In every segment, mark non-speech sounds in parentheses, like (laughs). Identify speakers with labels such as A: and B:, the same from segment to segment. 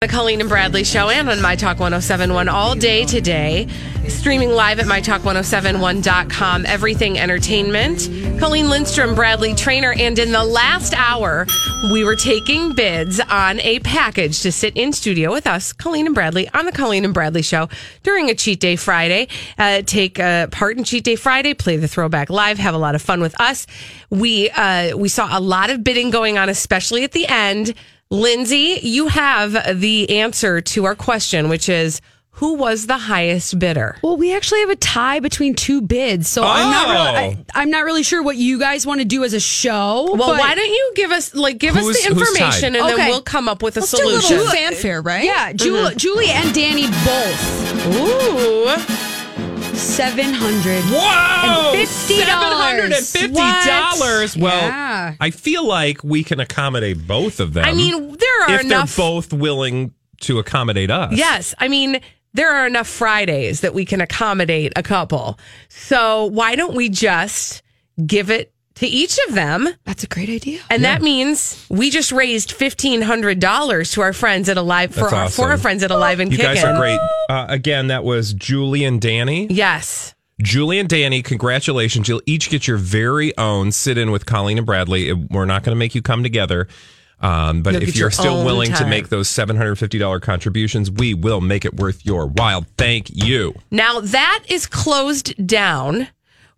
A: The Colleen and Bradley show and on My Talk 1071 all day today. Streaming live at MyTalk1071.com. Everything Entertainment. Colleen Lindstrom, Bradley Trainer, and in the last hour, we were taking bids on a package to sit in studio with us, Colleen and Bradley, on the Colleen and Bradley show during a Cheat Day Friday. Uh, take uh, part in Cheat Day Friday, play the throwback live, have a lot of fun with us. We uh, we saw a lot of bidding going on, especially at the end. Lindsay, you have the answer to our question, which is who was the highest bidder?
B: Well, we actually have a tie between two bids, so I'm not really, I, am not really sure what you guys want to do as a show.
A: Well,
B: but-
A: why don't you give us like give us
C: Who's-
A: the
C: who's
A: information
C: tied?
A: and then
B: Okay.
A: we'll come up with a
B: Let's do a little
A: solution.
D: fanfare, right? Mm-hmm.
B: Yeah, Ju- Julie and Danny both
A: Ooh,
B: seven hundred.
C: Whoa!
B: And $750.
C: $750. Well,
B: Yeah.
C: I feel like we can accommodate both of them.
A: I mean there are
C: Um, if
A: enough.
C: they're both willing to accommodate us.
A: yes, I mean there are enough Fridays that we can accommodate a couple. So why don't we just give it to each of them?
D: That's a great idea.
A: And that means we just raised fifteen hundred dollars to our friends at Alive for
C: That's
A: our for
C: awesome.
A: our friends at Alive and
C: You
A: Kickin'.
C: guys are great. Uh, again, that was Julie and Danny.
A: Yes.
C: Julie and Danny, congratulations. You'll each get your very own sit in with Colleen and Bradley. It- We're not going to make you come together. Um, but
A: You'll
C: if
A: get
C: you're
A: your
C: still
A: own
C: willing to
A: time.
C: make those $750 contributions, we will make it worth your while. Thank you.
A: Now that is closed down.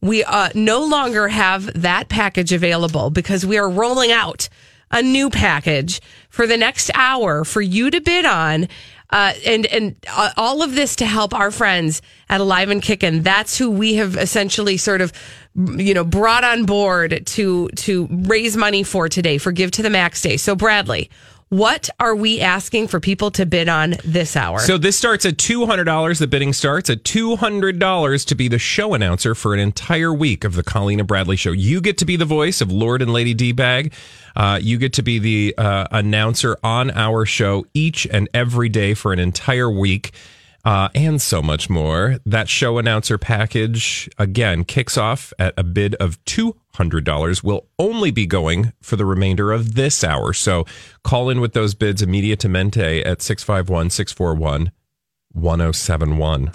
A: We uh, no longer have that package available because we are rolling out a new package for the next hour for you to bid on. Uh, and and uh, all of this to help our friends at Alive and Kickin. That's who we have essentially sort of, you know, brought on board to to raise money for today for Give to the Max Day. So Bradley, what are we asking for people to bid on this hour?
C: So this starts at two hundred dollars. The bidding starts at two hundred dollars to be the show announcer for an entire week of the Colleen and Bradley show. You get to be the voice of Lord and Lady D Bag. Uh, you get to be the uh, announcer on our show each and every day for an entire week. Uh, and so much more. That show announcer package again kicks off at a bid of two hundred dollars. Will only be going for the remainder of this hour. So call in with those bids immediatamente at 651-641-1071.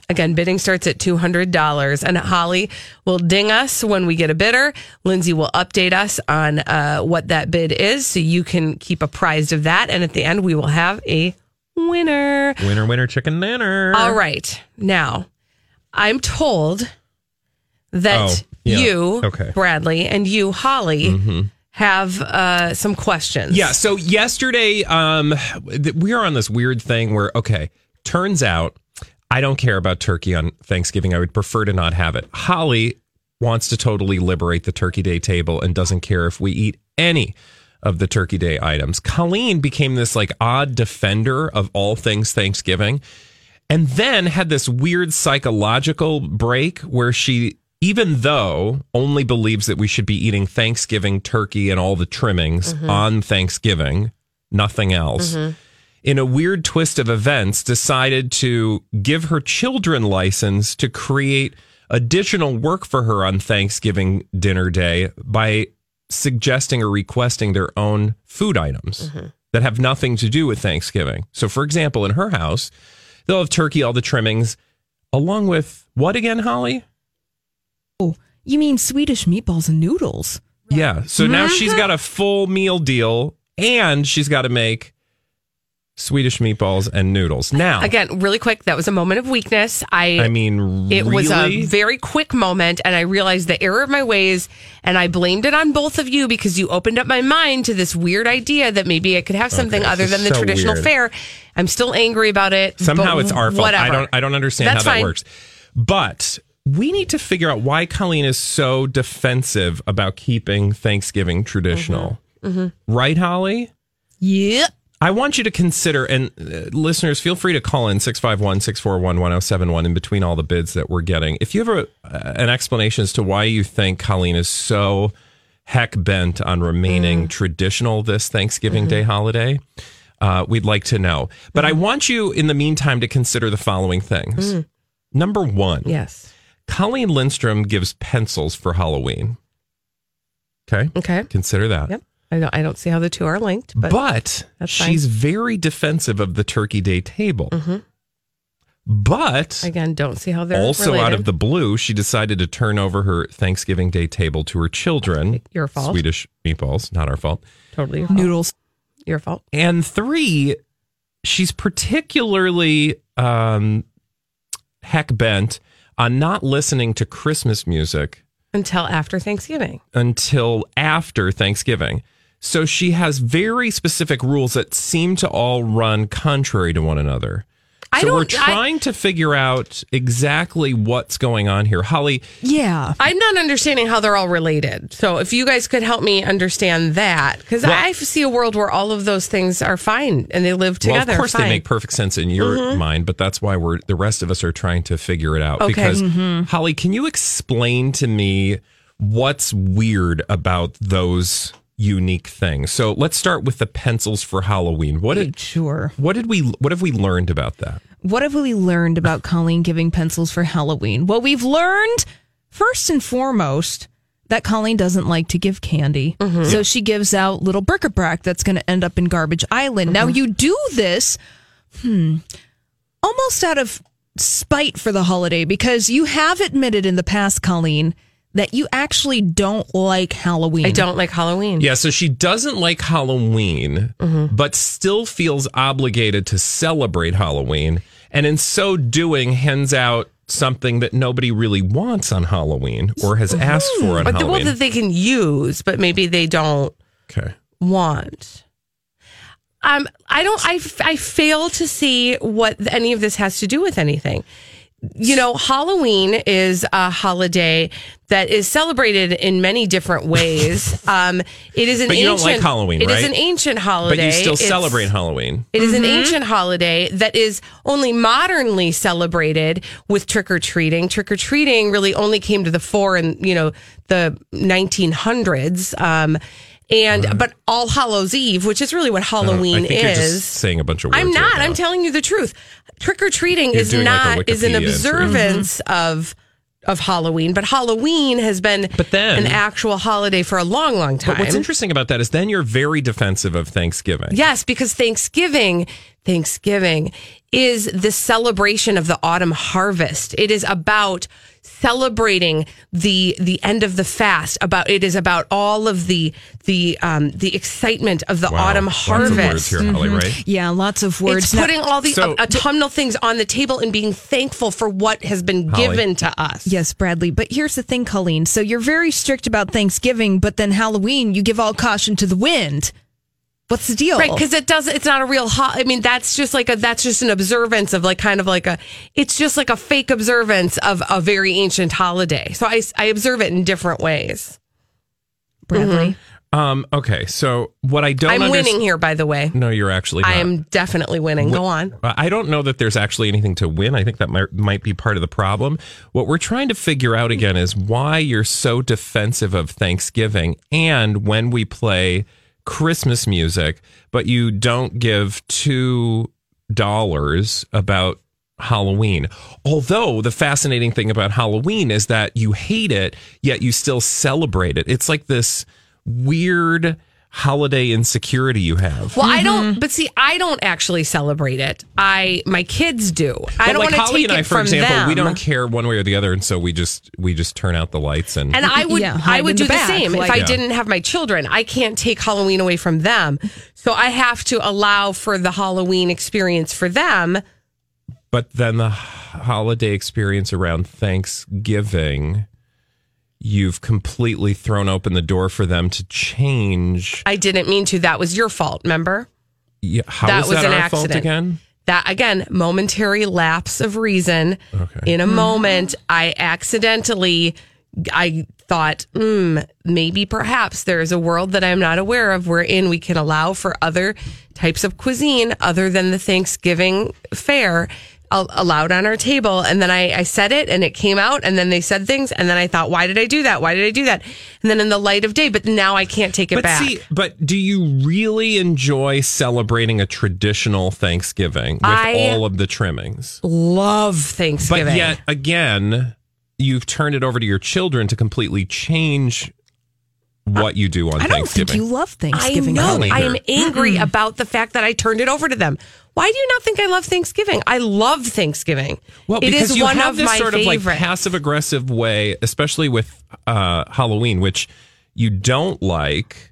A: Again, bidding starts at $200 and Holly will ding us when we get a bidder. Lindsay will update us on uh, what that bid is so you can keep apprised of that. And at the end, we will have a winner.
C: Winner, winner, chicken dinner.
A: All right. Now, I'm told that
C: Oh, yeah.
A: you,
C: Okay. Mm-hmm.
A: Bradley, and you, Holly, have uh, some questions.
C: Yeah. So yesterday, um, th- we are on this weird thing where, okay, turns out I don't care about turkey on Thanksgiving. I would prefer to not have it. Holly wants to totally liberate the turkey day table and doesn't care if we eat any of the turkey day items. Colleen became this like odd defender of all things Thanksgiving and then had this weird psychological break where she even though only believes that we should be eating thanksgiving turkey and all the trimmings on thanksgiving nothing else in a weird twist of events decided to give her children license to create additional work for her on thanksgiving dinner day by suggesting or requesting their own food items that have nothing to do with thanksgiving so for example in her house They'll have turkey, all the trimmings, along with what again, Holly?
D: You mean Swedish meatballs and noodles?
A: Mm-hmm.
C: Yeah. So now she's got a full meal deal and she's got to make Swedish meatballs and noodles. Now,
A: Again, really quick, that was a moment of weakness. I
C: I mean,
A: it was a
C: really?
A: very quick moment and I realized the error of my ways and I blamed it on both of you because you opened up my mind to this weird idea that maybe I could have something
C: Okay,
A: other
C: this
A: than
C: is
A: the
C: so
A: traditional
C: weird.
A: fare. I'm still angry about it.
C: Somehow
A: but
C: it's our fault.
A: Whatever.
C: I don't I don't understand
A: That's
C: how that
A: fine.
C: works. But we need to figure out why Colleen is so defensive about keeping Thanksgiving traditional.
A: Mm-hmm.
C: Right, Holly?
B: Yep.
C: I want you to consider, and uh, listeners, feel free to call in 651 641 1071 in between all the bids that we're getting. If you have a, uh, an explanation as to why you think Colleen is so heck bent on remaining
A: Mm.
C: traditional this Thanksgiving
A: Mm-hmm.
C: Day holiday, uh, we'd like to know. But I want you, in the meantime, to consider the following things.
A: Mm.
C: Number one,
A: Yes.
C: Colleen Lindstrom gives pencils for Halloween. Okay.
A: Okay.
C: Consider that.
A: Yep. I don't I don't see how the two are linked, but,
C: But,
A: that's fine.
C: she's very defensive of the turkey day table. But
A: again, don't see how they're
C: also out
A: related.
C: of the blue, she decided to turn over her Thanksgiving day table to her children.
A: Your fault.
C: Swedish meatballs, not our fault.
A: totally your fault.
D: Noodles.
A: Your fault.
C: And three, she's particularly um, heck bent on not listening to Christmas music
A: Until after Thanksgiving.
C: until after Thanksgiving. So she has very specific rules that seem to all run contrary to one another.
A: I
C: So we're
A: don't- I-
C: trying to figure out exactly what's going on here. Holly,
D: Yeah.
A: I'm not understanding how they're all related. So if you guys could help me understand that, because
C: Well-
A: I see a world where all of those things are fine and they live together.
C: well, of course
A: fine. Mm-hmm.
C: they make perfect sense in your mind, but that's why we're the rest of us are trying to figure it out.
A: Okay. Mm-hmm.
C: Because Holly, can you explain to me what's weird about those unique things? So let's start with the pencils for Halloween. What did
D: Sure.
C: what did we what have we learned about that?
D: What have we learned about Colleen giving pencils for Halloween? Well, we've learned first and foremost that Colleen doesn't like to give candy.
A: Mm-hmm.
D: So she gives out little bric-a-brac that's going to end up in Garbage Island.
A: Mm-hmm.
D: Now, you do this hmm, almost out of spite for the holiday because you have admitted in the past, Colleen, that you actually don't like Halloween.
A: I don't like Halloween.
C: Yeah, so she doesn't like Halloween,
A: Mm-hmm.
C: but still feels obligated to celebrate Halloween. And in so doing, hands out something that nobody really wants on Halloween or has asked for
A: Mm-hmm.
C: on
A: But the one
C: Halloween.
A: that they can use, but maybe they don't
C: okay.
A: want. Um, I don't. I f- I fail to see what any of this has to do with anything. You know, Halloween is a holiday that is celebrated in many different
C: (laughs)
A: ways. um, it is an
C: But you don't
A: ancient,
C: like Halloween,
A: It is
C: right?
A: an ancient holiday,
C: But you still
A: It's-
C: celebrate Halloween.
A: It is an
C: Mm-hmm.
A: ancient holiday that is only modernly celebrated with trick or treating. Trick or treating really only came to the fore in you know the 1900s. Um, and but All Hallows Eve, which is really what Halloween
C: Oh, I think you're just
A: is.
C: saying a bunch of words.
A: I'm
C: right
A: not.
C: now.
A: I'm telling you the truth. Trick or treating
C: You're
A: is
C: doing like a
A: not is an
C: Wikipedia entry.
A: observance of of Halloween, but Halloween has been
C: But
A: an
C: then-
A: actual holiday for a long, long time.
C: But what's interesting about that is then you're very defensive of Thanksgiving.
A: Yes, because Thanksgiving, Thanksgiving is the celebration of the autumn harvest. It is about celebrating the the end of the fast. About it is about all of the the um the excitement of the
C: Wow.
A: autumn
C: Lots of words
A: harvest. Mm-hmm.
C: here, Holly, right?
D: Yeah, lots of words.
A: It's
D: Now-
A: putting all the
C: So-
A: autumnal things on the table and being thankful for what has been
C: Holly.
A: given to us.
D: Yes, Bradley. But here's the thing, Colleen. So you're very strict about Thanksgiving, but then Halloween, you give all caution to the wind. What's the deal?
C: Oh.
A: Right, because it does. It's not a real. Ho- I mean, that's just like a. That's just an observance of like kind of like a. It's just like a fake observance of a very ancient holiday. So I I observe it in different ways.
D: Bradley.
C: Um, okay. So what I don't
A: I'm
C: underst-
A: winning here, by the way.
C: No, you're actually not.
A: I am definitely winning. Go on.
C: Uh, I don't know that there's actually anything to win. I think that might, might be part of the problem. What we're trying to figure out again is why you're so defensive of Thanksgiving and when we play Christmas music, but you don't give two dollars about Halloween. Although the fascinating thing about Halloween is that you hate it, yet you still celebrate it. It's like this weird holiday insecurity you have.
A: Well, I
D: Mm-hmm.
A: don't, but see, I don't actually celebrate it. I my kids do. I
C: But,
A: don't
C: like
A: want to
C: Holly
A: take
C: and I,
A: it
C: for
A: from
C: example,
A: them.
C: we don't care one way or the other, and so we just we just turn out the lights and,
A: And I would,
D: Yeah, hide
A: I would
D: in
A: do
D: the
A: the,
D: back,
A: same if
D: like-
A: I
C: Yeah.
A: didn't have my children. I can't take Halloween away from them, so I have to allow for the Halloween experience for them.
C: but then the h- holiday experience around Thanksgiving, you've completely thrown open the door for them to change.
A: I didn't mean to. That was your fault. Remember
C: Yeah, How
A: That
C: is
A: was
C: that
A: an
C: our fault
A: accident.
C: again?
A: that again? Momentary lapse of reason.
C: Okay.
A: In a moment, I accidentally, I thought, mm, maybe perhaps there is a world that I'm not aware of wherein we can allow for other types of cuisine other than the Thanksgiving fare al- allowed on our table. And then I, I said it and it came out and then they said things. And then I thought, why did I do that? Why did I do that? And then in the light of day, but now I can't take it
C: But
A: back.
C: see, but do you really enjoy celebrating a traditional Thanksgiving with
A: I-
C: all of the trimmings?
A: Love Thanksgiving.
C: But yet again, you've turned it over to your children to completely change what you do on
D: I don't
C: Thanksgiving.
D: think you love
A: I
D: Thanksgiving.
A: know.
C: Colleen.
A: I am angry about the fact that I turned it over to them. Why do you not think I love Thanksgiving? I love Thanksgiving.
C: well,
A: it
C: because
A: is
C: you
A: one
C: have
A: of
C: this
A: my
C: sort
A: favorites.
C: of like passive aggressive way, especially with uh, Halloween, which you don't like,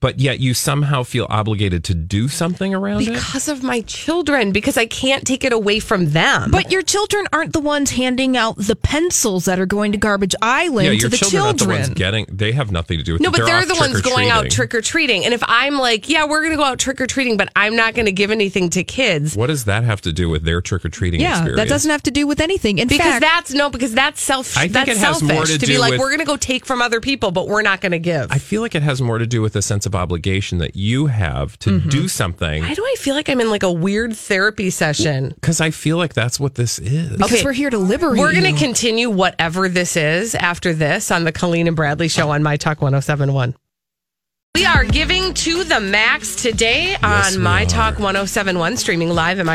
C: but yet you somehow feel obligated to do something around it.
A: because of my children, because I can't take it away from them.
D: But your children aren't the ones handing out the pencils that are going to Garbage Island
C: Yeah,
D: to
C: your
D: the
C: children,
D: children.
C: are not the ones getting. They have nothing to do with
A: no,
C: it.
A: but they're,
C: off
A: the ones going out
C: trick-or-treating.
A: trick or treating. And if I'm like, yeah, we're going to go out trick or treating, but I'm not going to give anything to kids
C: What does that have to do with their trick or treating
D: yeah,
C: experience?
D: that doesn't have to do with anything. In
A: because
D: fact,
A: that's no, because that's self.
C: I think
A: that's
C: it has
A: selfish
C: more to
A: be
C: do
A: like,
C: with-
A: we're going to go take from other people, but we're not going to give.
C: I feel like it has more to do with a sense of obligation that you have to do something.
A: Why do Mm-hmm. I feel like I'm in like a weird therapy session?
C: Because I feel like that's what this is.
D: because
A: okay.
D: we're here to liberate.
A: We're going
D: you.
A: to continue whatever this is after this on the Colleen and Bradley show on My Talk 1071. We are giving to the max today on My Talk 1071, streaming live at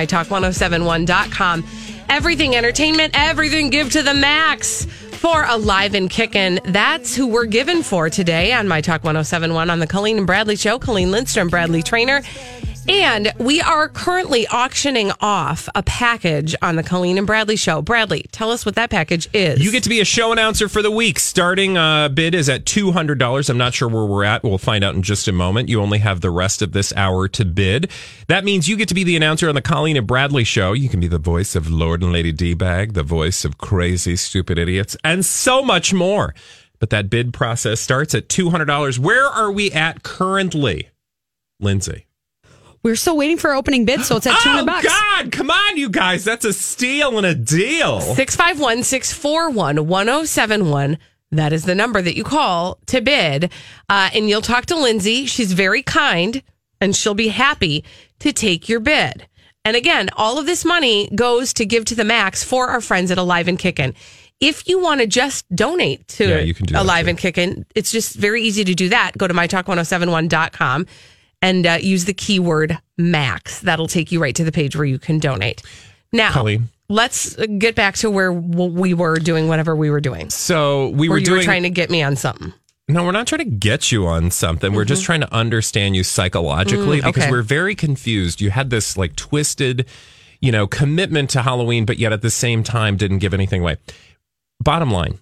A: MyTalk1071.com. Everything entertainment, everything give to the max for Alive and Kickin'. That's who we're giving for today on My Talk 1071 on the Colleen and Bradley show. Colleen Lindstrom, Bradley Trainer. And we are currently auctioning off a package on the Colleen and Bradley show. Bradley, tell us what that package is.
C: You get to be a show announcer for the week. Starting uh, bid is at $200. I'm not sure where we're at. We'll find out in just a moment. You only have the rest of this hour to bid. That means you get to be the announcer on the Colleen and Bradley show. You can be the voice of Lord and Lady D Bag, the voice of crazy, stupid idiots, and so much more. But that bid process starts at $200. Where are we at currently, Lindsay?
B: We're still waiting for opening bid, so it's at two
C: Oh,
B: hundred bucks.
C: God. Come on, you guys. That's a steal and a deal.
A: 651 641 1071. That is the number that you call to bid. Uh, and you'll talk to Lindsay. She's very kind and she'll be happy to take your bid. And again, all of this money goes to give to the max for our friends at Alive and Kickin'. If you want to just donate to
C: Yeah, you can do that,
A: Alive
C: too.
A: and Kickin', it's just very easy to do that. Go to mytalk1071.com and uh, use the keyword max. That'll take you right to the page where you can donate. Now,
C: Colleen.
A: let's get back to where w- we were doing whatever we were doing.
C: So we
A: Where
C: were
A: you
C: doing
A: were trying to get me on something.
C: No, we're not trying to get you on something. We're just trying to understand you psychologically because
A: okay.
C: we're very confused. You had this like twisted, you know, commitment to Halloween, but yet at the same time didn't give anything away. Bottom line,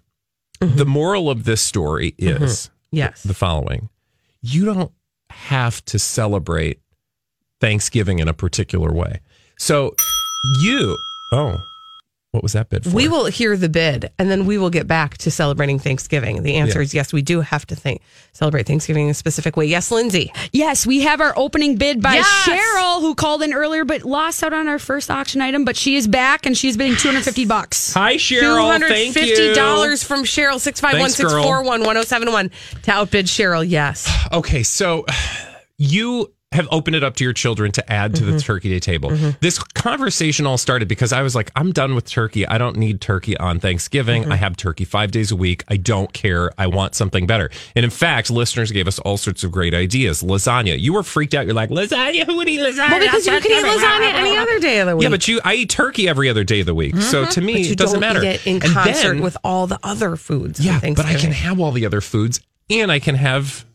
C: the moral of this story is
A: Yes.
C: the following you don't have to celebrate Thanksgiving in a particular way. So you, oh, what was that bid for?
A: We will hear the bid and then we will get back to celebrating Thanksgiving. The answer
C: Yeah.
A: is yes, we do have to think, celebrate Thanksgiving in a specific way. Yes, Lindsay.
B: Yes, we have our opening bid by
A: Yes!
B: Cheryl, who called in earlier but lost out on our first auction item. But she is back and she's bidding two hundred fifty bucks.
C: Hi, Cheryl. Thank you.
A: $250 from Cheryl, 651
C: Thanks, girl.
A: 641 1071 to outbid Cheryl. Yes.
C: Okay, so you have opened it up to your children to add to
A: Mm-hmm.
C: the turkey day table. This conversation all started because I was like, I'm done with turkey. I don't need turkey on Thanksgiving.
A: Mm-hmm.
C: I have turkey five days a week. I don't care. I want something better. And in fact, listeners gave us all sorts of great ideas. Lasagna. You were freaked out. You're like, lasagna? Who would eat lasagna?
A: Well, because you could eat lasagna (laughs) any other day of the week.
C: Yeah, but you, I eat turkey every other day of the week. So to me,
A: Mm-hmm. But you
C: it doesn't
A: don't
C: matter.
A: eat it in
C: And
A: concert
C: then-
A: with all the other foods. on
C: yeah, but I
A: Thanksgiving.
C: can have all the other foods and I can have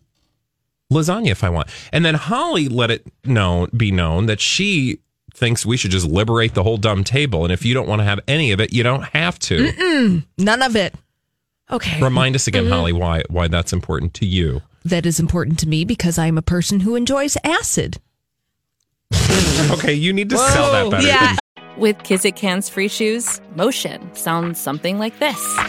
C: lasagna if I want. And then Holly let it known be known that she thinks we should just liberate the whole dumb table. And if you don't want to have any of it, you don't have to.
D: None of it. Okay.
C: Remind us
A: Mm-hmm.
C: again, Holly, why why that's important to you.
D: that is important to me because I'm a person who enjoys acid.
C: Okay, you need to sell that better.
B: Yeah.
E: With Kizikans free shoes, motion sounds something like this.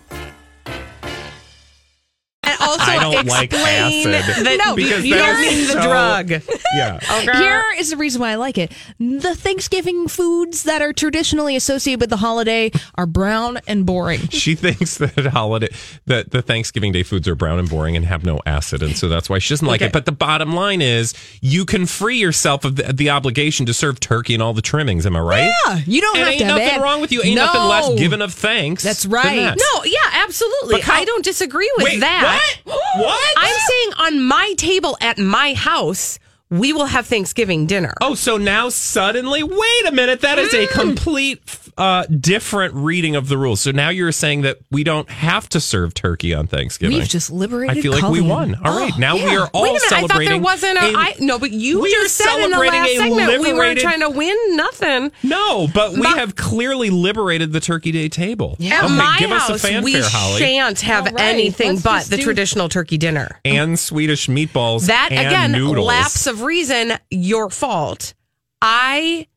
A: And also,
C: I don't
A: explain
C: like acid.
A: that
C: No,
A: you,
C: because
A: you
C: that
A: don't
C: is
A: mean the
C: so-
A: drug.
C: Yeah.
D: Here is the reason why I like it. The Thanksgiving foods that are traditionally associated with the holiday are brown and boring.
C: She (laughs) thinks that holiday that the Thanksgiving Day foods are brown and boring and have no acid, and so that's why she doesn't like it. But the bottom line is, you can free yourself of the, the obligation to serve turkey and all the trimmings. Am I right?
D: Yeah, you don't
C: And
D: have
C: ain't
D: to have
C: nothing
D: it.
C: wrong with you. Ain't
D: No.
C: nothing less given of thanks.
D: That's
C: than
D: right.
C: that.
A: No, yeah, absolutely.
C: But how-
A: I don't disagree with
C: Wait,
A: that.
D: (gasps)
C: what? What?
A: I'm saying on my table at my house, we will have Thanksgiving dinner.
C: Oh, so now suddenly, wait a minute, that is a
D: Mm.
C: complete uh, different reading of the rules. So now you're saying that we don't have to serve turkey on Thanksgiving.
D: We've just liberated. Oh,
C: I feel like we
D: Colleen.
C: won. All right, now we are all
A: Wait a minute, I thought
C: celebrating.
A: there wasn't a.
C: a-
A: I, no, but you
C: we are
A: just said in the last
C: celebrating a
A: segment we weren't
C: liberated-
A: trying to win nothing.
C: No, but we
A: My-
C: have clearly liberated the turkey day table.
A: At
C: Okay,
A: my
C: give
A: house,
C: us a fanfare,
A: we
C: Holly.
A: shan't have
D: All right,
A: anything
D: let's
A: but
D: just
A: the
D: do-
A: traditional turkey dinner.
C: and Swedish meatballs.
A: That
C: and
A: again,
C: noodles.
A: lapse of reason, your fault. I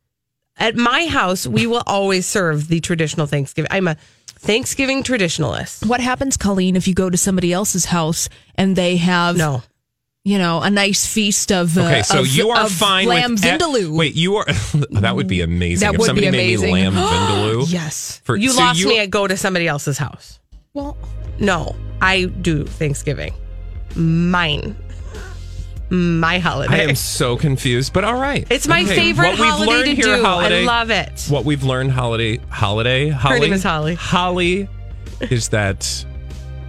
A: at my house we will always serve the traditional Thanksgiving. I'm a Thanksgiving traditionalist.
D: Oh, What happens, Colleen, if you go to somebody else's house and they have
A: No.
D: you know, a nice feast of uh,
C: Okay, so
D: of-
C: you are
D: of
C: fine
D: lamb
C: with e-
D: vindaloo.
C: Wait, you are (laughs) that would be amazing
D: That
C: if
D: would be
C: somebody
D: amazing.
C: made
A: (gasps)
C: me lamb vindaloo.
D: yes.
C: For-
A: You
C: so
A: lost
C: you-
A: me at go to somebody else's house.
D: Well,
A: No, I do Thanksgiving. Mine. My
C: I
A: holiday.
C: am so confused, but all right.
A: (laughs) it's my
C: Okay,
A: favorite
C: what we've learned
A: holiday to
C: here,
A: do.
C: Holiday,
A: I love it.
C: What we've learned holiday holiday Holly
A: name is Holly.
C: Holly is that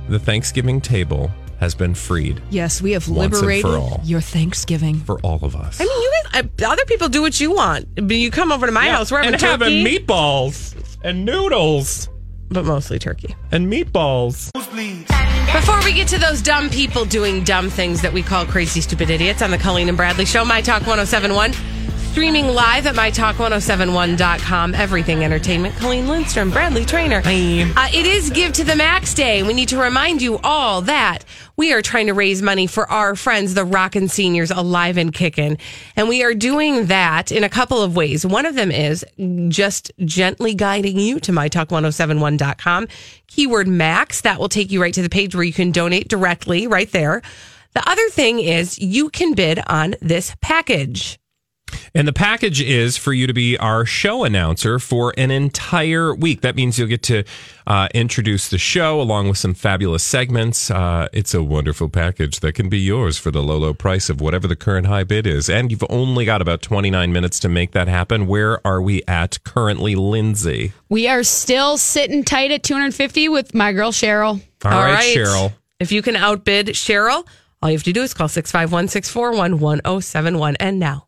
C: the Thanksgiving table has been freed
D: yes, we have
C: Once and for
D: liberated
C: all.
D: your Thanksgiving.
C: for all of us.
A: I mean, you guys, I- other people do what you want. But you come over to my house, we're having
C: and
A: turkey,
C: having meatballs and noodles
A: but mostly turkey.
C: and meatballs.
A: Before we get to those dumb people doing dumb things that we call crazy, stupid idiots on the Colleen and Bradley Show, My Talk 1071, streaming live at MyTalk1071.com, everything entertainment. Colleen Lindstrom, Bradley Trainer. Uh, it is Give to the Max Day. We need to remind you all that we are trying to raise money for our friends, the Rockin' Seniors, alive and kicking. And we are doing that in a couple of ways. One of them is just gently guiding you to mytalk1071.com, keyword max. That will take you right to the page where you can donate directly right there. The other thing is you can bid on this package.
C: And the package is for you to be our show announcer for an entire week. That means you'll get to uh, introduce the show along with some fabulous segments. Uh, it's a wonderful package that can be yours for the low, low price of whatever the current high bid is. And you've only got about 29 minutes to make that happen. Where are we at currently, Lindsay?
B: We are still sitting tight at 250 with my girl Cheryl.
C: All right, Cheryl.
A: If you can outbid Cheryl, all you have to do is call 651 641 1071. And now,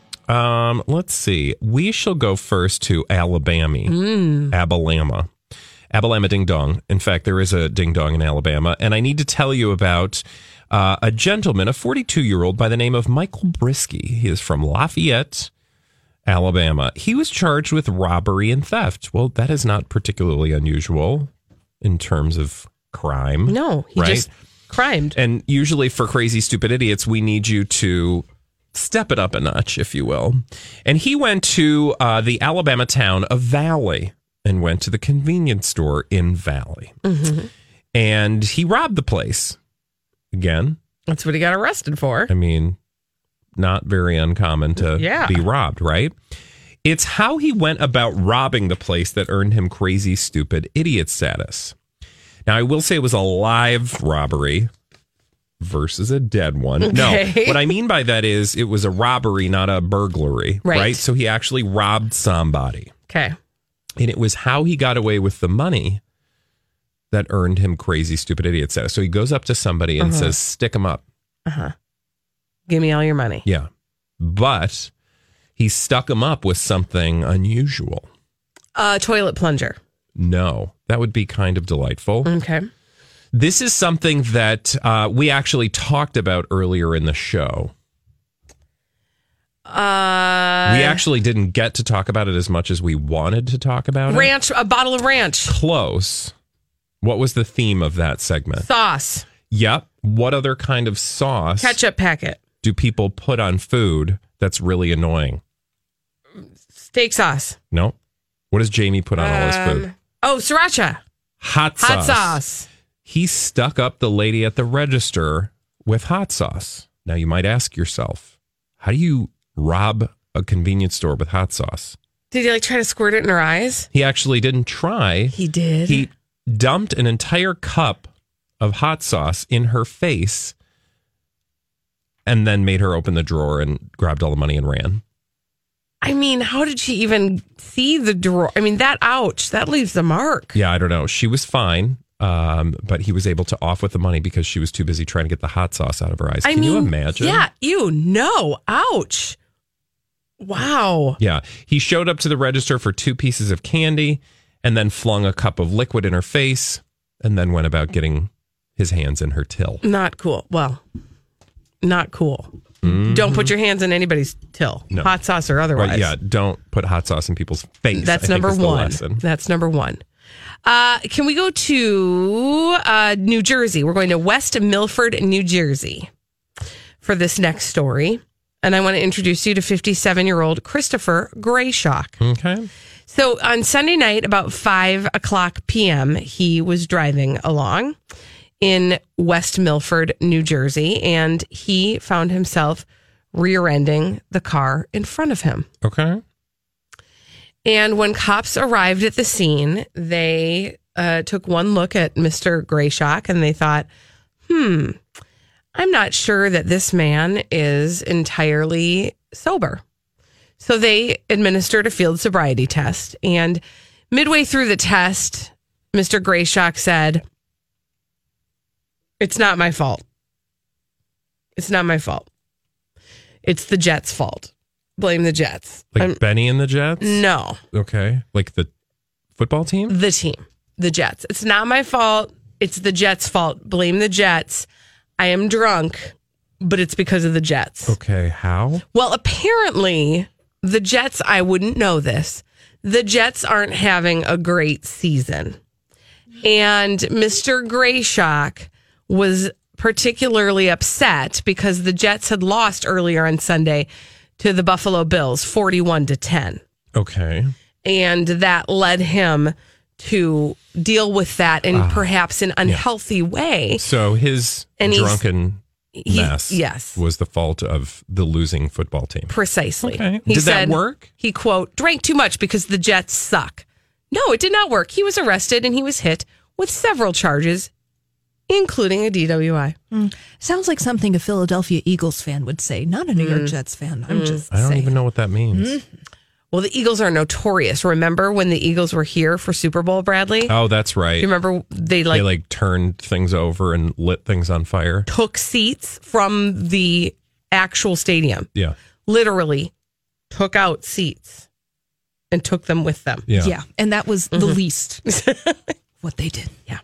C: Um, let's see. We shall go first to Alabama. Alabama. Abalama Ding Dong. In fact, there is a Ding Dong in Alabama. And I need to tell you about uh, a gentleman, a 42 year old by the name of Michael Brisky. He is from Lafayette, Alabama. He was charged with robbery and theft. Well, that is not particularly unusual in terms of crime.
A: No, he
C: Right.
A: just crimed.
C: And usually for crazy, stupid idiots, we need you to step it up a notch, if you will. And he went to uh, the Alabama town of Valley and went to the convenience store in Valley. And he robbed the place again.
A: That's what he got arrested for.
C: I mean, not very uncommon to
A: Yeah.
C: be robbed, right? It's how he went about robbing the place that earned him crazy, stupid, idiot status. Now, I will say it was a live robbery versus a dead one.
A: Okay. (laughs)
C: No, what I mean by that is it was a robbery, not a burglary,
A: Right.
C: right? So he actually robbed somebody.
A: Okay.
C: And it was how he got away with the money that earned him crazy, stupid, idiot status. So he goes up to somebody
A: Uh-huh.
C: and says, stick him up.
A: Give me all your money.
C: Yeah. But he stuck him up with something unusual.
A: Uh, toilet plunger.
C: No, that would be kind of delightful.
A: Okay.
C: This is something that uh, we actually talked about earlier in the show.
A: Uh,
C: we actually didn't get to talk about it as much as we wanted to talk about it.
A: ranch, a bottle of ranch
C: Close. What was the theme of that segment?
A: sauce,
C: Yep. What other kind of sauce
A: ketchup packet,
C: do people put on food that's really annoying?
A: steak sauce.
C: No. What does Jamie put on all his food?
A: Um, oh, sriracha,
C: Hot sauce.
A: hot sauce.
C: he stuck up the lady at the register with hot sauce. Now you might ask yourself, how do you rob a convenience store with hot sauce?
A: Did he like try to squirt it in her eyes?
C: He actually didn't try.
A: He did.
C: He dumped an entire cup of hot sauce in her face and then made her open the drawer and grabbed all the money and ran.
A: I mean, how did she even see the drawer? I mean, that ouch, that leaves the mark.
C: Yeah, I don't know. She was fine. Um, but he was able to off with the money because she was too busy trying to get the hot sauce out of her eyes.
A: I
C: Can
A: mean,
C: you imagine?
A: Yeah, ew, no, ouch. Wow.
C: Yeah. He showed up to the register for two pieces of candy and then flung a cup of liquid in her face and then went about getting his hands in her till.
A: Not cool. Well, not cool. Don't put your hands in anybody's till,
C: Mm-hmm. No.
A: hot sauce or otherwise.
C: Right, yeah, don't put hot sauce in people's face. I
A: That's
C: think
A: number
C: is the
A: one.
C: lesson.
A: That's number one. Uh, can we go to uh, New Jersey? We're going to West Milford, New Jersey for this next story. And I want to introduce you to 57 year old Christopher Grayshock.
C: Okay.
A: So on Sunday night, about 5 o'clock p.m., he was driving along in West Milford, New Jersey, and he found himself rear ending the car in front of him.
C: Okay.
A: And when cops arrived at the scene, they uh, took one look at Mr. Grayshock and they thought, hmm, I'm not sure that this man is entirely sober. So they administered a field sobriety test. And midway through the test, Mr. Grayshock said, It's not my fault. It's not my fault. It's the Jets' fault. Blame the Jets.
C: Like
A: I'm-
C: Benny and the Jets?
A: Um, no
C: Okay. Like the football team?
A: the team, the Jets. It's not my fault. It's the Jets' fault. Blame the Jets. I am drunk, but it's because of the Jets.
C: Okay. How?
A: Well, apparently, the Jets, I wouldn't know this, the Jets aren't having a great season. And Mr. Grayshock was particularly upset because the Jets had lost earlier on Sunday to the Buffalo Bills 41 to 10
C: Okay.
A: and that led him to deal with that in
C: Ah,
A: perhaps an unhealthy way.
C: So his
A: And he's-
C: drunken
A: He-
C: mess
A: yes,
C: was the fault of the losing football team.
A: precisely.
C: Okay. Did that work?
A: He quote drank too much because the Jets suck. No, it did not work. He was arrested and he was hit with several charges, including a DWI.
D: Sounds like something a Philadelphia Eagles fan would say, not a New
A: Mm.
D: York Jets fan. I'm just
C: I don't
D: saying.
C: even know what that means.
A: Mm-hmm. Well, the Eagles are notorious. Remember when the Eagles were here for Super Bowl, Bradley?
C: Oh, that's right.
A: you remember they
C: they
A: like
C: like turned things over and lit things on fire.
A: took seats from the actual stadium.
C: Yeah.
A: literally took out seats and took them with them.
C: Yeah. Mm-hmm. (laughs)
D: Yeah, and that was the least.
B: what they did.
A: Yeah.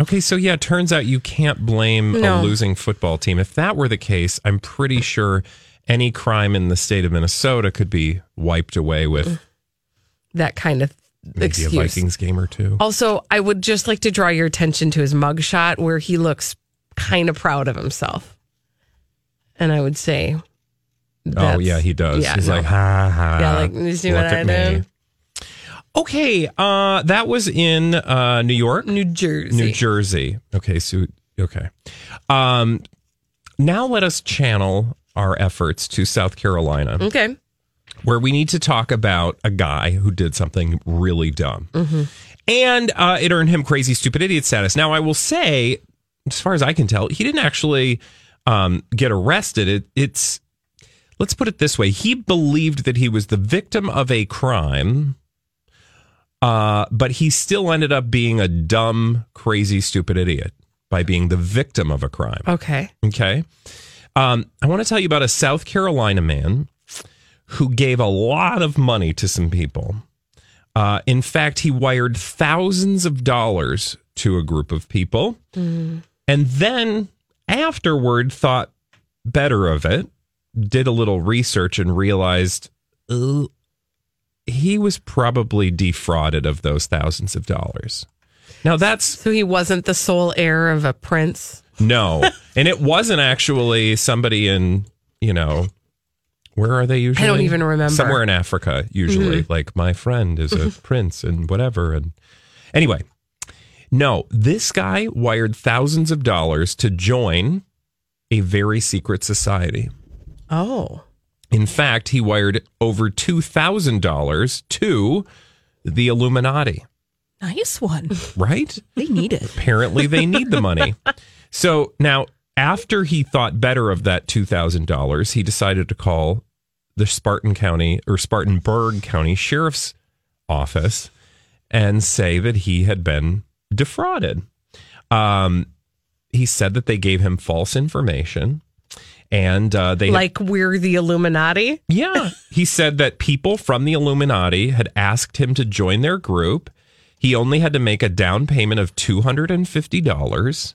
C: Okay, so yeah, turns out you can't blame
A: No.
C: a losing football team. If that were the case, I'm pretty sure any crime in the state of Minnesota could be wiped away with
A: That kind of
C: maybe
A: excuse.
C: a Vikings game or two.
A: Also, I would just like to draw your attention to his mugshot where he looks kind of proud of himself. And I would say,
C: Oh
A: that's-
C: yeah, he does.
A: yeah,
C: He's
A: no.
C: like, ha ha.
A: Yeah, like, you see
C: look
A: what I
C: at me."
A: did?
C: Okay, uh, that was in uh, New York,
A: New Jersey.
C: New Jersey. Okay, so okay. Um, now let us channel our efforts to South Carolina,
A: Okay.
C: where we need to talk about a guy who did something really dumb,
A: Mm-hmm.
C: and uh, it earned him crazy stupid idiot status. Now I will say, as far as I can tell, he didn't actually um, get arrested. It, it's let's put it this way he believed that he was the victim of a crime uh, but he still ended up being a dumb crazy stupid idiot by being the victim of a crime
A: Okay.
C: okay um, i want to tell you about a south carolina man who gave a lot of money to some people uh, in fact he wired thousands of dollars to a group of people and then afterward thought better of it, did a little research and realized oh, he was probably defrauded of those thousands of dollars. Now that's
A: So he wasn't the sole heir of a prince. (laughs)
C: no. and it wasn't actually somebody in, you know, where are they usually?
A: even remember. Mm-hmm.
C: Somewhere in Africa, usually. Like my friend
A: (laughs)
C: is a prince and whatever. And anyway, no, this guy wired thousands of dollars to join a very secret society.
A: Oh.
C: In fact, he wired over $2,000 to the Illuminati,
D: Nice one.
C: right?
D: (laughs) They need it.
C: Apparently, they need the money. So now, after he thought better of that $2,000, he decided to call the Spartan County or Spartanburg County Sheriff's Office and say that he had been defrauded. Um, he said that they gave him false information and uh, they had
A: Like we're the Illuminati.
C: Yeah. he said that people from the Illuminati had asked him to join their group. He only had to make a down payment of $250.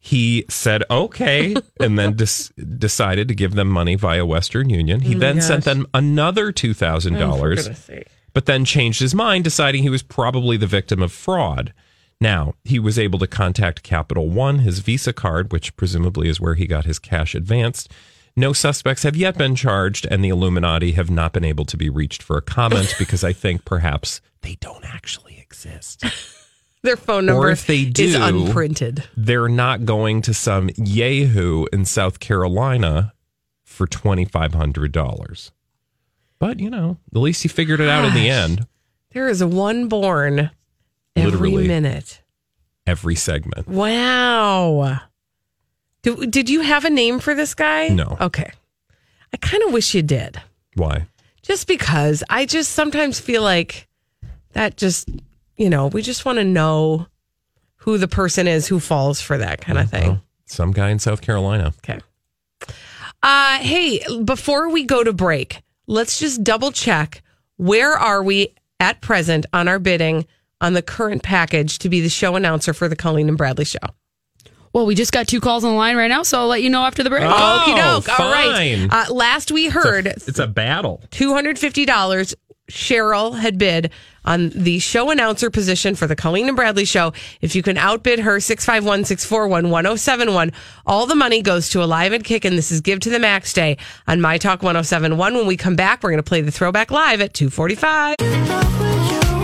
C: He said, okay, and then (laughs) des- decided to give them money via Western Union. He then sent them another $2,000 but then changed his mind, deciding he was probably the victim of fraud. Now, he was able to contact Capital One, his Visa card, which presumably is where he got his cash advanced. No suspects have yet been charged, and the Illuminati have not been able to be reached for a comment because I think perhaps they don't actually exist.
A: Their phone number
C: Or if they
A: is
C: do-
A: unprinted.
C: They're not going to some Yahoo in South Carolina for $2,500. But, you know, at least he figured it out in the end
A: There is one born every
C: Literally.
A: minute.
C: every segment.
A: Wow. Do, did you have a name for this guy?
C: No.
A: Okay. I kind of wish you did.
C: Why?
A: Just because I just sometimes feel like that just, you know, we just want to know who the person is who falls for that kind
C: Uh-huh.
A: of thing.
C: Some guy in South Carolina.
A: Okay. Uh, hey, before we go to break, let's just double check where are we at present on our bidding on the current package to be the show announcer for the Colleen and Bradley show.
B: Well, we just got two calls on the line right now, so I'll let you know after the break.
C: Oh,
A: Okie doke. All right.
C: fine.
A: Uh, last we heard,
C: It's a battle.
A: $250 Cheryl had bid on the show announcer position for the Colleen and Bradley show. If you can outbid her, 651 641 1071. All the money goes to Alive and Kick, and this is Give to the Max Day on My Talk 1071. When we come back, we're going to play the throwback live at 245.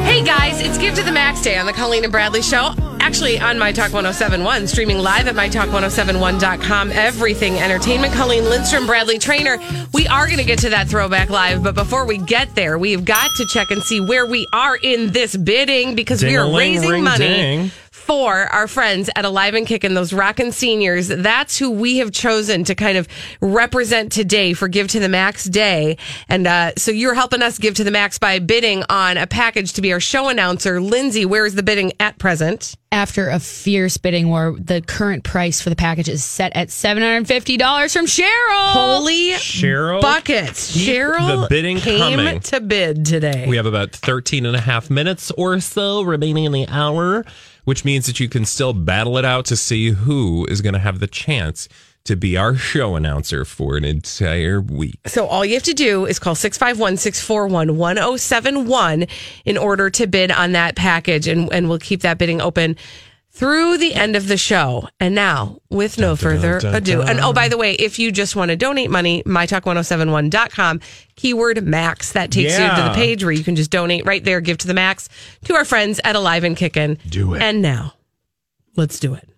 A: Hey guys, it's Give to the Max Day on the Colleen and Bradley Show. Actually, on My Talk 1071, streaming live at MyTalk1071.com. Everything entertainment. Colleen Lindstrom, Bradley Trainer. We are going to get to that throwback live, but before we get there, we've got to check and see where we are in this bidding because we are
C: Ding-a-ling,
A: raising money
C: ring-ding.
A: for for our friends at Alive and Kickin', those rockin' seniors. That's who we have chosen to kind of represent today for Give to the Max Day. And uh, so you're helping us give to the max by bidding on a package to be our show announcer. Lindsay, where is the bidding at present?
B: After a fierce bidding war, the current price for the package is set at $750 from Cheryl.
A: Holy
C: Cheryl.
A: buckets. Cheryl
C: the bidding
A: came
C: coming.
A: to bid today.
C: We have about 13 and a half minutes or so remaining in the hour, which means that you can still battle it out to see who is going to have the chance to be our show announcer for an entire week.
A: So all you have to do is call 651-641-1071 in order to bid on that package and, and we'll keep that bidding open through the end of the show. And now, with no further
C: dun,
A: ado.
C: dun.
A: And oh, by the way, if you just want to donate money, mytalk1071.com, keyword max. That takes you to
C: Yeah.
A: the page where you can just donate right there, give to the max to our friends at Alive and Kickin'. Do it. And now, let's do it.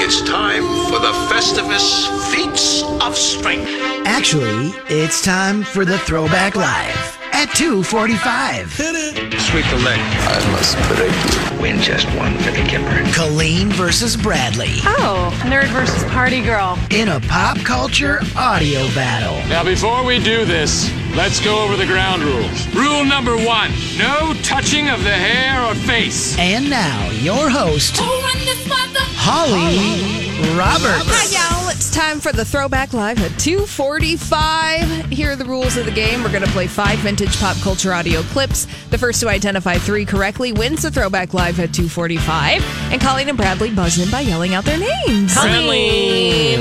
F: It's time for the Festivus Feats of Strength.
G: Actually, it's time for the Throwback Live at 245.
F: Sweep the leg. I must break you. Win just one for the Kipper.
G: Colleen versus Bradley
H: Oh, nerd versus party girl.
G: in a pop culture audio battle.
I: Now, before we do this, let's go over the ground rules. Rule number one no touching of the hair or face.
G: And now, your host, Holly Roberts.
D: Hi, y'all. It's time for the Throwback Live at 245. Here are the rules of the game. We're going to play five vintage pop culture audio clips. The first to identify three correctly wins the Throwback Live at 245. And Colleen and Bradley buzz in by yelling out their names.
A: Colleen.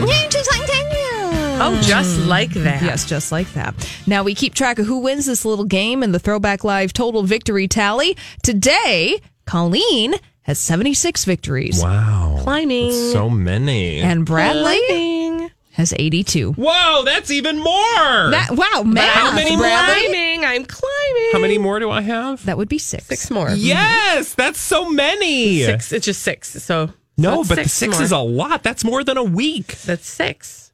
A: Oh, just like that.
D: Yes, just like that. Now we keep track of who wins this little game in the Throwback Live total victory tally. Today, Colleen has 76 victories.
C: Wow.
A: Climbing.
C: That's so many.
D: And Bradley has 82.
C: Whoa, that's even more.
D: That, wow, math,
C: how many
A: I'm
C: more?
D: Bradley.
A: climbing. I'm climbing.
C: How many more do I have?
D: That would be six.
A: Six more.
C: Yes, that's so many.
A: Six. It's just six. So
C: No,
A: that's
C: but the six
A: more.
C: is a lot. That's more than a week.
A: That's six.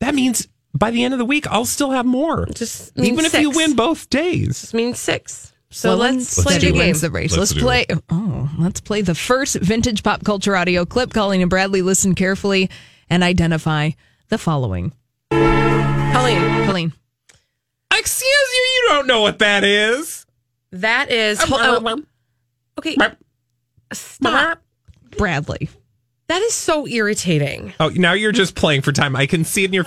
C: That means by the end of the week, I'll still have more.
A: Just
C: even
A: means
C: if you
A: six.
C: win both days.
A: This means six. So
D: Well,
A: let's, play
D: do
A: the
D: it.
A: game.
D: Wins The race.
C: Let's
D: Let's,
C: do
D: play. Oh, let's play the first vintage pop culture audio clip. Colleen and Bradley listen carefully and identify the following.
A: Colleen,
D: Colleen.
C: Excuse you, you don't know what that is.
A: that is. hol- oh, okay. Stop.
D: Bradley.
A: That is so irritating.
C: Oh, now you're just playing for time. I can see it in your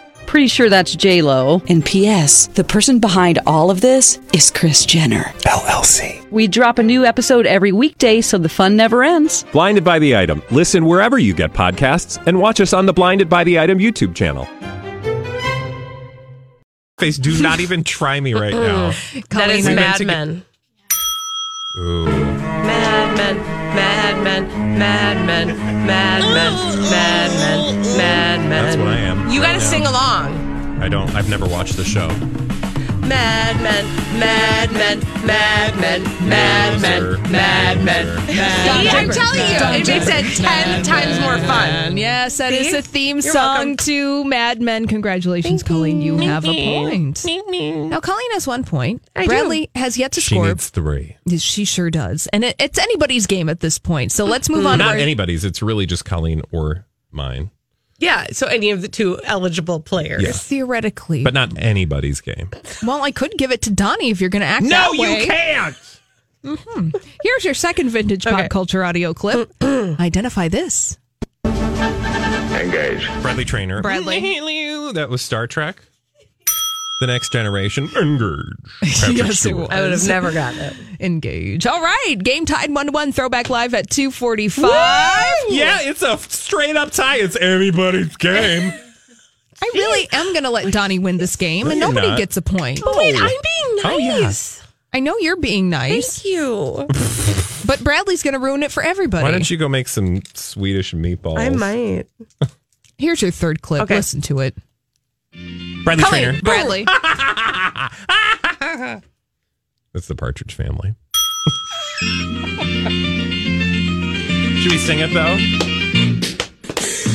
H: Pretty sure that's J Lo.
G: And P.S. The person behind all of this is Chris Jenner.
C: LLC.
H: We drop a new episode every weekday, so the fun never ends.
C: Blinded by the item. Listen wherever you get podcasts, and watch us on the Blinded by the Item YouTube channel. Face, do not even try me right
H: (laughs)
C: now.
A: That is
C: We meant
A: Mad
C: to get-
A: Men.
C: Ooh.
A: Mad Men. Mad Men. Mad Men. Mad Men. Mad Men. Mad Men.
C: That's what I am
A: You got
C: right
A: to
C: now.
A: sing along.
C: I don't. I've never watched the show.
A: Mad Men. Mad Men. Mad Men. Mad
C: Loser.
A: Men. Mad Men.
C: Loser.
A: See, I'm telling you, it makes it ten times more fun.
D: Yes, that is
A: See?
D: a theme
A: You're
D: song
A: welcome.
D: to Mad Men. Congratulations, Colleen. You have a point. Now, Colleen has one point.
A: I do.
D: Bradley has yet to
C: She
D: score.
C: needs three.
D: she sure does. And it, it's anybody's game at this point. So let's move on. to
C: Not
D: our-
C: anybody's. It's really just Colleen or mine,
A: Yeah, so any of the two eligible players.
C: Yeah.
D: Theoretically.
C: but not anybody's game.
D: well, I could give it to Donnie if you're going to act that way. Mm-hmm.
C: can't.
D: Here's your second vintage
A: Okay.
D: pop culture audio clip.
A: (clears throat)
D: Identify this.
F: Engage.
C: Bradley Trainer. (laughs)
D: Bradley.
C: That was Star Trek. The next generation.
A: (laughs)
C: Engage. Patrick
D: yes, it
C: Stewart.
D: was.
A: I would have never gotten it.
D: Engage. All right, game tied one to one. Throwback live at two forty five.
C: Yeah, it's a straight up tie. It's anybody's
A: (laughs)
C: game.
D: I really am going to let Donnie win this game,
C: No,
D: and
C: you're
D: nobody
C: not.
D: gets a point.
C: No. Wait, I'm being Oh, yeah. nice.
D: I know you're being nice.
A: Thank you.
D: But Bradley's going to ruin it for everybody.
C: Why don't you go make some Swedish meatballs?
A: I might.
D: Here's your third clip.
A: Okay.
D: Listen to it.
C: Bradley
D: Colleen,
C: Trainer.
D: Bradley.
C: That's the Partridge Family. Should we sing it though?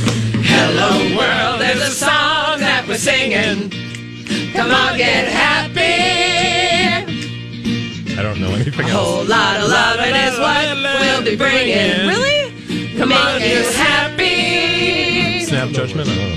F: Hello world, there's a song that we're singing. Come on, get happy.
C: I don't know anything
F: A
C: else.
F: whole lot of loving is what we'll be bringing.
D: Really?
F: Come on, get happy.
C: Snap judgment. I don't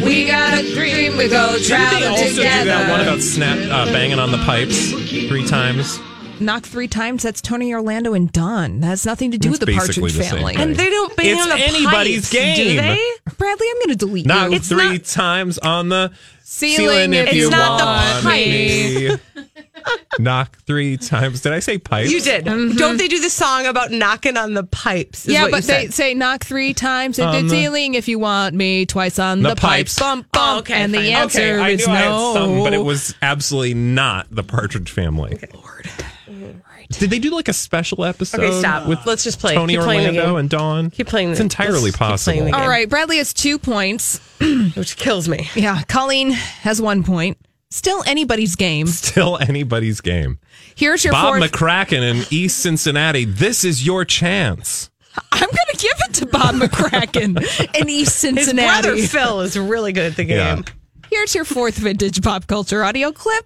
C: know.
F: We got a dream, we go
C: Didn't they
F: travel
C: also do that one
F: together.
C: about snap uh, banging on the pipes three times?
D: (laughs) Knock three times. That's Tony Orlando and Don. That has nothing to do
C: It's
D: with the
C: basically
D: Partridge
C: the same
D: family.
C: thing. And
A: They don't bang
C: It's
A: on the
C: anybody's
A: pipes, do
C: game.
A: they?
D: Bradley, I'm going to delete
C: Not
D: you.
C: three times on the
D: Ceiling
C: ceiling,
D: if
C: if
D: you
C: you
A: It's not the
C: want
A: pipe.
C: me. (laughs) Knock three times. Did I say pipes?
A: You did. Don't they do the song about knocking on the pipes? is
D: yeah,
A: what you
D: but they
A: said.
D: say knock three times at the
C: On the-
D: ceiling if you want me, twice on the,
C: The
D: pipes.
C: pipes.
D: Bump, bump.
A: Oh, okay,
D: and the
A: fine. Okay,
D: answer
C: Okay, I
D: is no.
C: knew I had some, but it was absolutely not the Partridge Family. Did they do like a special episode?
A: Okay, stop.
C: With
A: Let's just play.
C: Tony
A: Keep playing the
C: Orlando
A: game.
C: and Dawn.
A: Keep playing
C: It's
A: the-
C: entirely
A: let's keep playing
C: possible.
A: the game.
D: All right, Bradley has two points.
A: which kills me.
D: Yeah, Colleen has one point. Still anybody's game.
C: (laughs) Still anybody's game.
D: Here's your
C: Bob
D: fourth.
C: McCracken in East Cincinnati. This is your chance.
D: I'm going to give it to Bob McCracken in East
A: His brother
D: Cincinnati.
A: Phil is really good at the
C: Yeah.
A: game.
D: Here's your fourth vintage pop culture audio clip.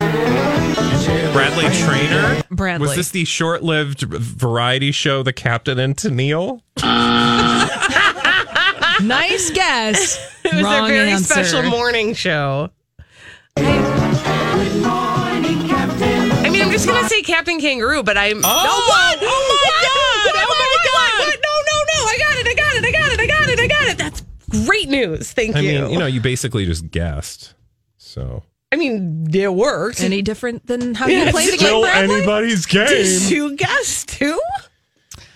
C: Bradley Trainer.
D: Bradley.
A: (laughs)
C: Was this the short-lived variety show, The Captain and Tennille?
D: Nice guess.
A: (laughs) It was
D: Wrong
A: a very
D: answer.
A: special morning show. I mean, I'm just gonna say Captain Kangaroo, but I'm.
D: Oh, what? Oh my god!
A: What?
D: Oh my god!
A: What? No, no, no! I got it! I got it! I got it! I got it! I got it! That's great news. Thank
C: I
A: you.
C: mean, you know, you basically just guessed. So
A: I mean, it worked.
D: Any different than how you play the game,
C: still
D: Bradley?
C: anybody's
A: Did
C: game.
A: you guess too?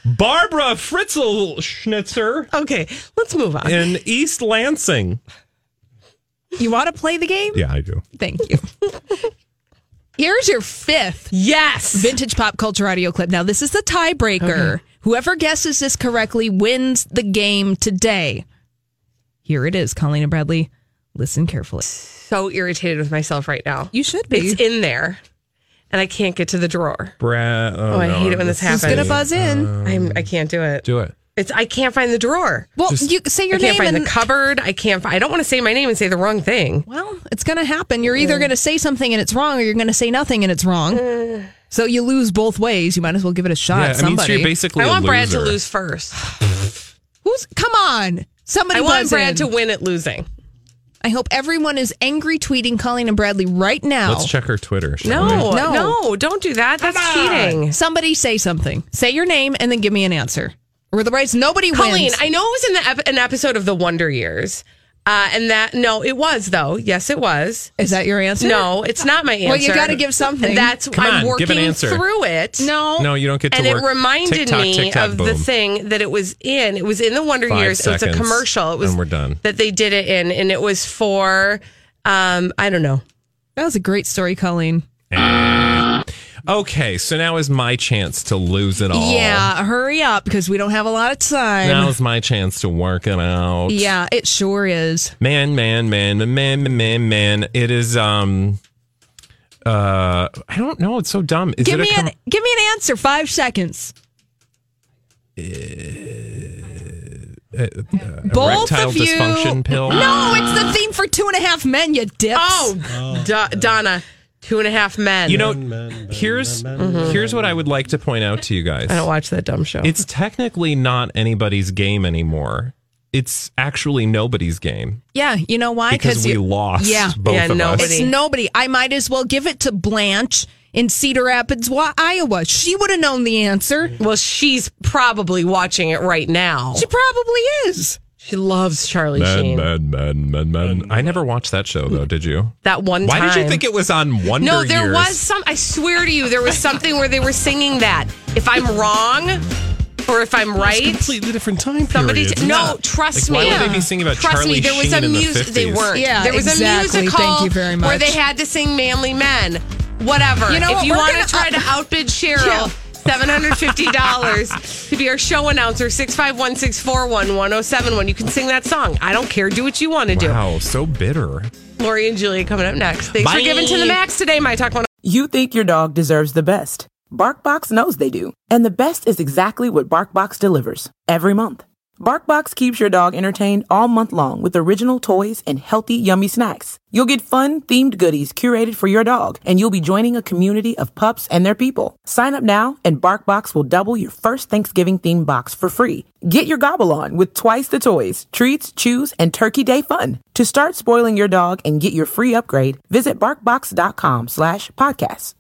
C: Barbara Fritzl Schnitzer
A: Okay, let's move on. (laughs)
C: in East Lansing.
D: You want to play the game?
C: Yeah, I do.
D: Thank you. (laughs) Here's your fifth
A: Yes.
D: vintage pop culture audio clip. Now, this is the tiebreaker. Whoever guesses this correctly wins the game today. Here it is, Colleen and Bradley. Listen carefully.
A: so irritated with myself right now.
D: You should be.
A: It's in there, and I can't get to the drawer.
C: Brad.
A: Oh, I hate it when this happens.
D: It's going to buzz
C: uh,
D: in.
A: I'm, I can't do it.
C: Do it.
A: It's I can't find the drawer.
D: Well, you say your
A: I can't
D: name
A: find
D: and
A: the cupboard. I can't. fi- I don't want to say my name and say the wrong thing.
D: well, it's going to happen. You're either going to say something and it's wrong, or you're going to say nothing and it's wrong. So you lose both ways. You might as well give it a shot. at
C: Yeah, I mean, so
D: somebody.
C: you're basically
A: I want
C: a
A: Brad to
C: loser.
A: lose
D: (sighs)
A: first.
D: Who's? Come on,
A: I
D: somebody.
A: want
D: buzz in.
A: Brad to win at losing.
D: I hope everyone is angry tweeting Colleen and Bradley right now.
C: Let's check her Twitter. shall
A: No,
C: we?
A: no, don't do that. That's cheating.
D: Somebody say something. Say your name and then give me an answer. Or Otherwise, nobody
A: Colleen,
D: wins.
A: I know it was in the ep- an episode of The Wonder Years, uh, and that no, it was though. Yes, it was.
D: is that your answer?
A: (laughs) No, it's not my answer.
D: Well, you gotta give something.
A: That's
C: Come
A: I'm
C: on,
A: working
C: give an answer.
A: through it.
D: No.
C: No, you don't get to
A: And
C: work.
A: it reminded
C: TikTok,
A: me
C: TikTok,
A: of the
C: boom.
A: thing that it was in. It was in the Wonder
C: Five
A: Years. it was
C: seconds,
A: a commercial. It was
C: and we're done.
A: that they did it in, and it was for um, I don't know.
D: That was a great story, Colleen.
C: Ah. Okay, so now is my chance to lose it all.
D: Yeah, hurry up because we don't have a lot of time.
C: Now is my chance to work it out.
D: Yeah, it sure is.
C: Man, man, man, man, man, man, man. It is um uh I don't know, it's so dumb. Is
D: Give
C: it
D: me
C: a com-
D: an give me an answer. Five seconds.
C: Uh,
D: Both
C: erectile
D: of you.
C: dysfunction pill?
D: No, it's the theme for Two and a Half Men. You dips.
A: Oh, Do- Donna, Two and a Half Men.
C: You know, here's here's what I would like to point out to you guys.
A: Mm-hmm. I don't watch that dumb show.
C: It's technically not anybody's game anymore. It's actually nobody's game
D: yeah. You know why?
C: because we
D: you-
C: lost
D: Yeah.
C: both
A: Yeah,
C: of
A: nobody-
C: us.
D: It's nobody. I might as well give it to Blanche in Cedar Rapids, Wa- Iowa. She would have known the answer.
A: well, she's probably watching it right now.
D: She probably is.
A: She loves Charlie
C: Man,
A: Sheen.
C: man, man, man, man. I never watched that show though. Did you?
A: That one
C: Why did you
A: time.
C: think it was on Wonder
A: no, there
C: Years?
A: was some. I swear to you, there was something where they were singing that. If I'm wrong, or if I'm right,
C: completely different time
A: Somebody,
C: period,
A: t-
C: isn't
A: no,
C: it?
A: trust
C: Like,
A: me.
C: why would they be singing about
A: trust
C: Charlie
A: me, there was
C: Sheen
A: a
C: in the
A: music. They
C: 50s?
A: weren't.
C: Yeah,
A: there was
C: exactly.
A: a musical
C: Thank you very
A: where
C: much.
A: they had to sing "Manly Men." Whatever.
D: You know
A: if
D: what,
A: you
D: we're
A: want
D: gonna-
A: to try to outbid Cheryl. $750 to be our show announcer, 651 641 1071. You can sing that song. I don't care. Do what you want to do.
C: Wow, so bitter.
A: Lori and Julia coming up next. Thanks
C: Bye.
A: for giving to the max today, my talk one.
J: You think your dog deserves the best. BarkBox knows they do. And the best is exactly what BarkBox delivers every month. BarkBox keeps your dog entertained all month long with original toys and healthy, yummy snacks. You'll get fun, themed goodies curated for your dog, and you'll be joining a community of pups and their people. Sign up now, and BarkBox will double your first Thanksgiving themed box for free. Get your gobble on with twice the toys, treats, chews, and turkey day fun. To start spoiling your dog and get your free upgrade, visit barkbox.com slash podcast.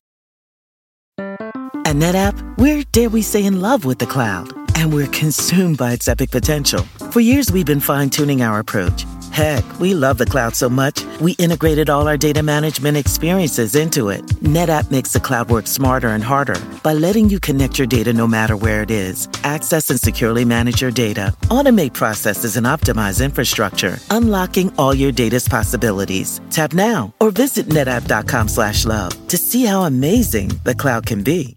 K: At NetApp, we're dare we say in love with the cloud, and we're consumed by its epic potential. For years, we've been fine tuning our approach. Heck, we love the cloud so much, we integrated all our data management experiences into it. NetApp makes the cloud work smarter and harder by letting you connect your data no matter where it is, access and securely manage your data, automate processes, and optimize infrastructure, unlocking all your data's possibilities. Tap now or visit netapp.com slash love to see how amazing the cloud can be.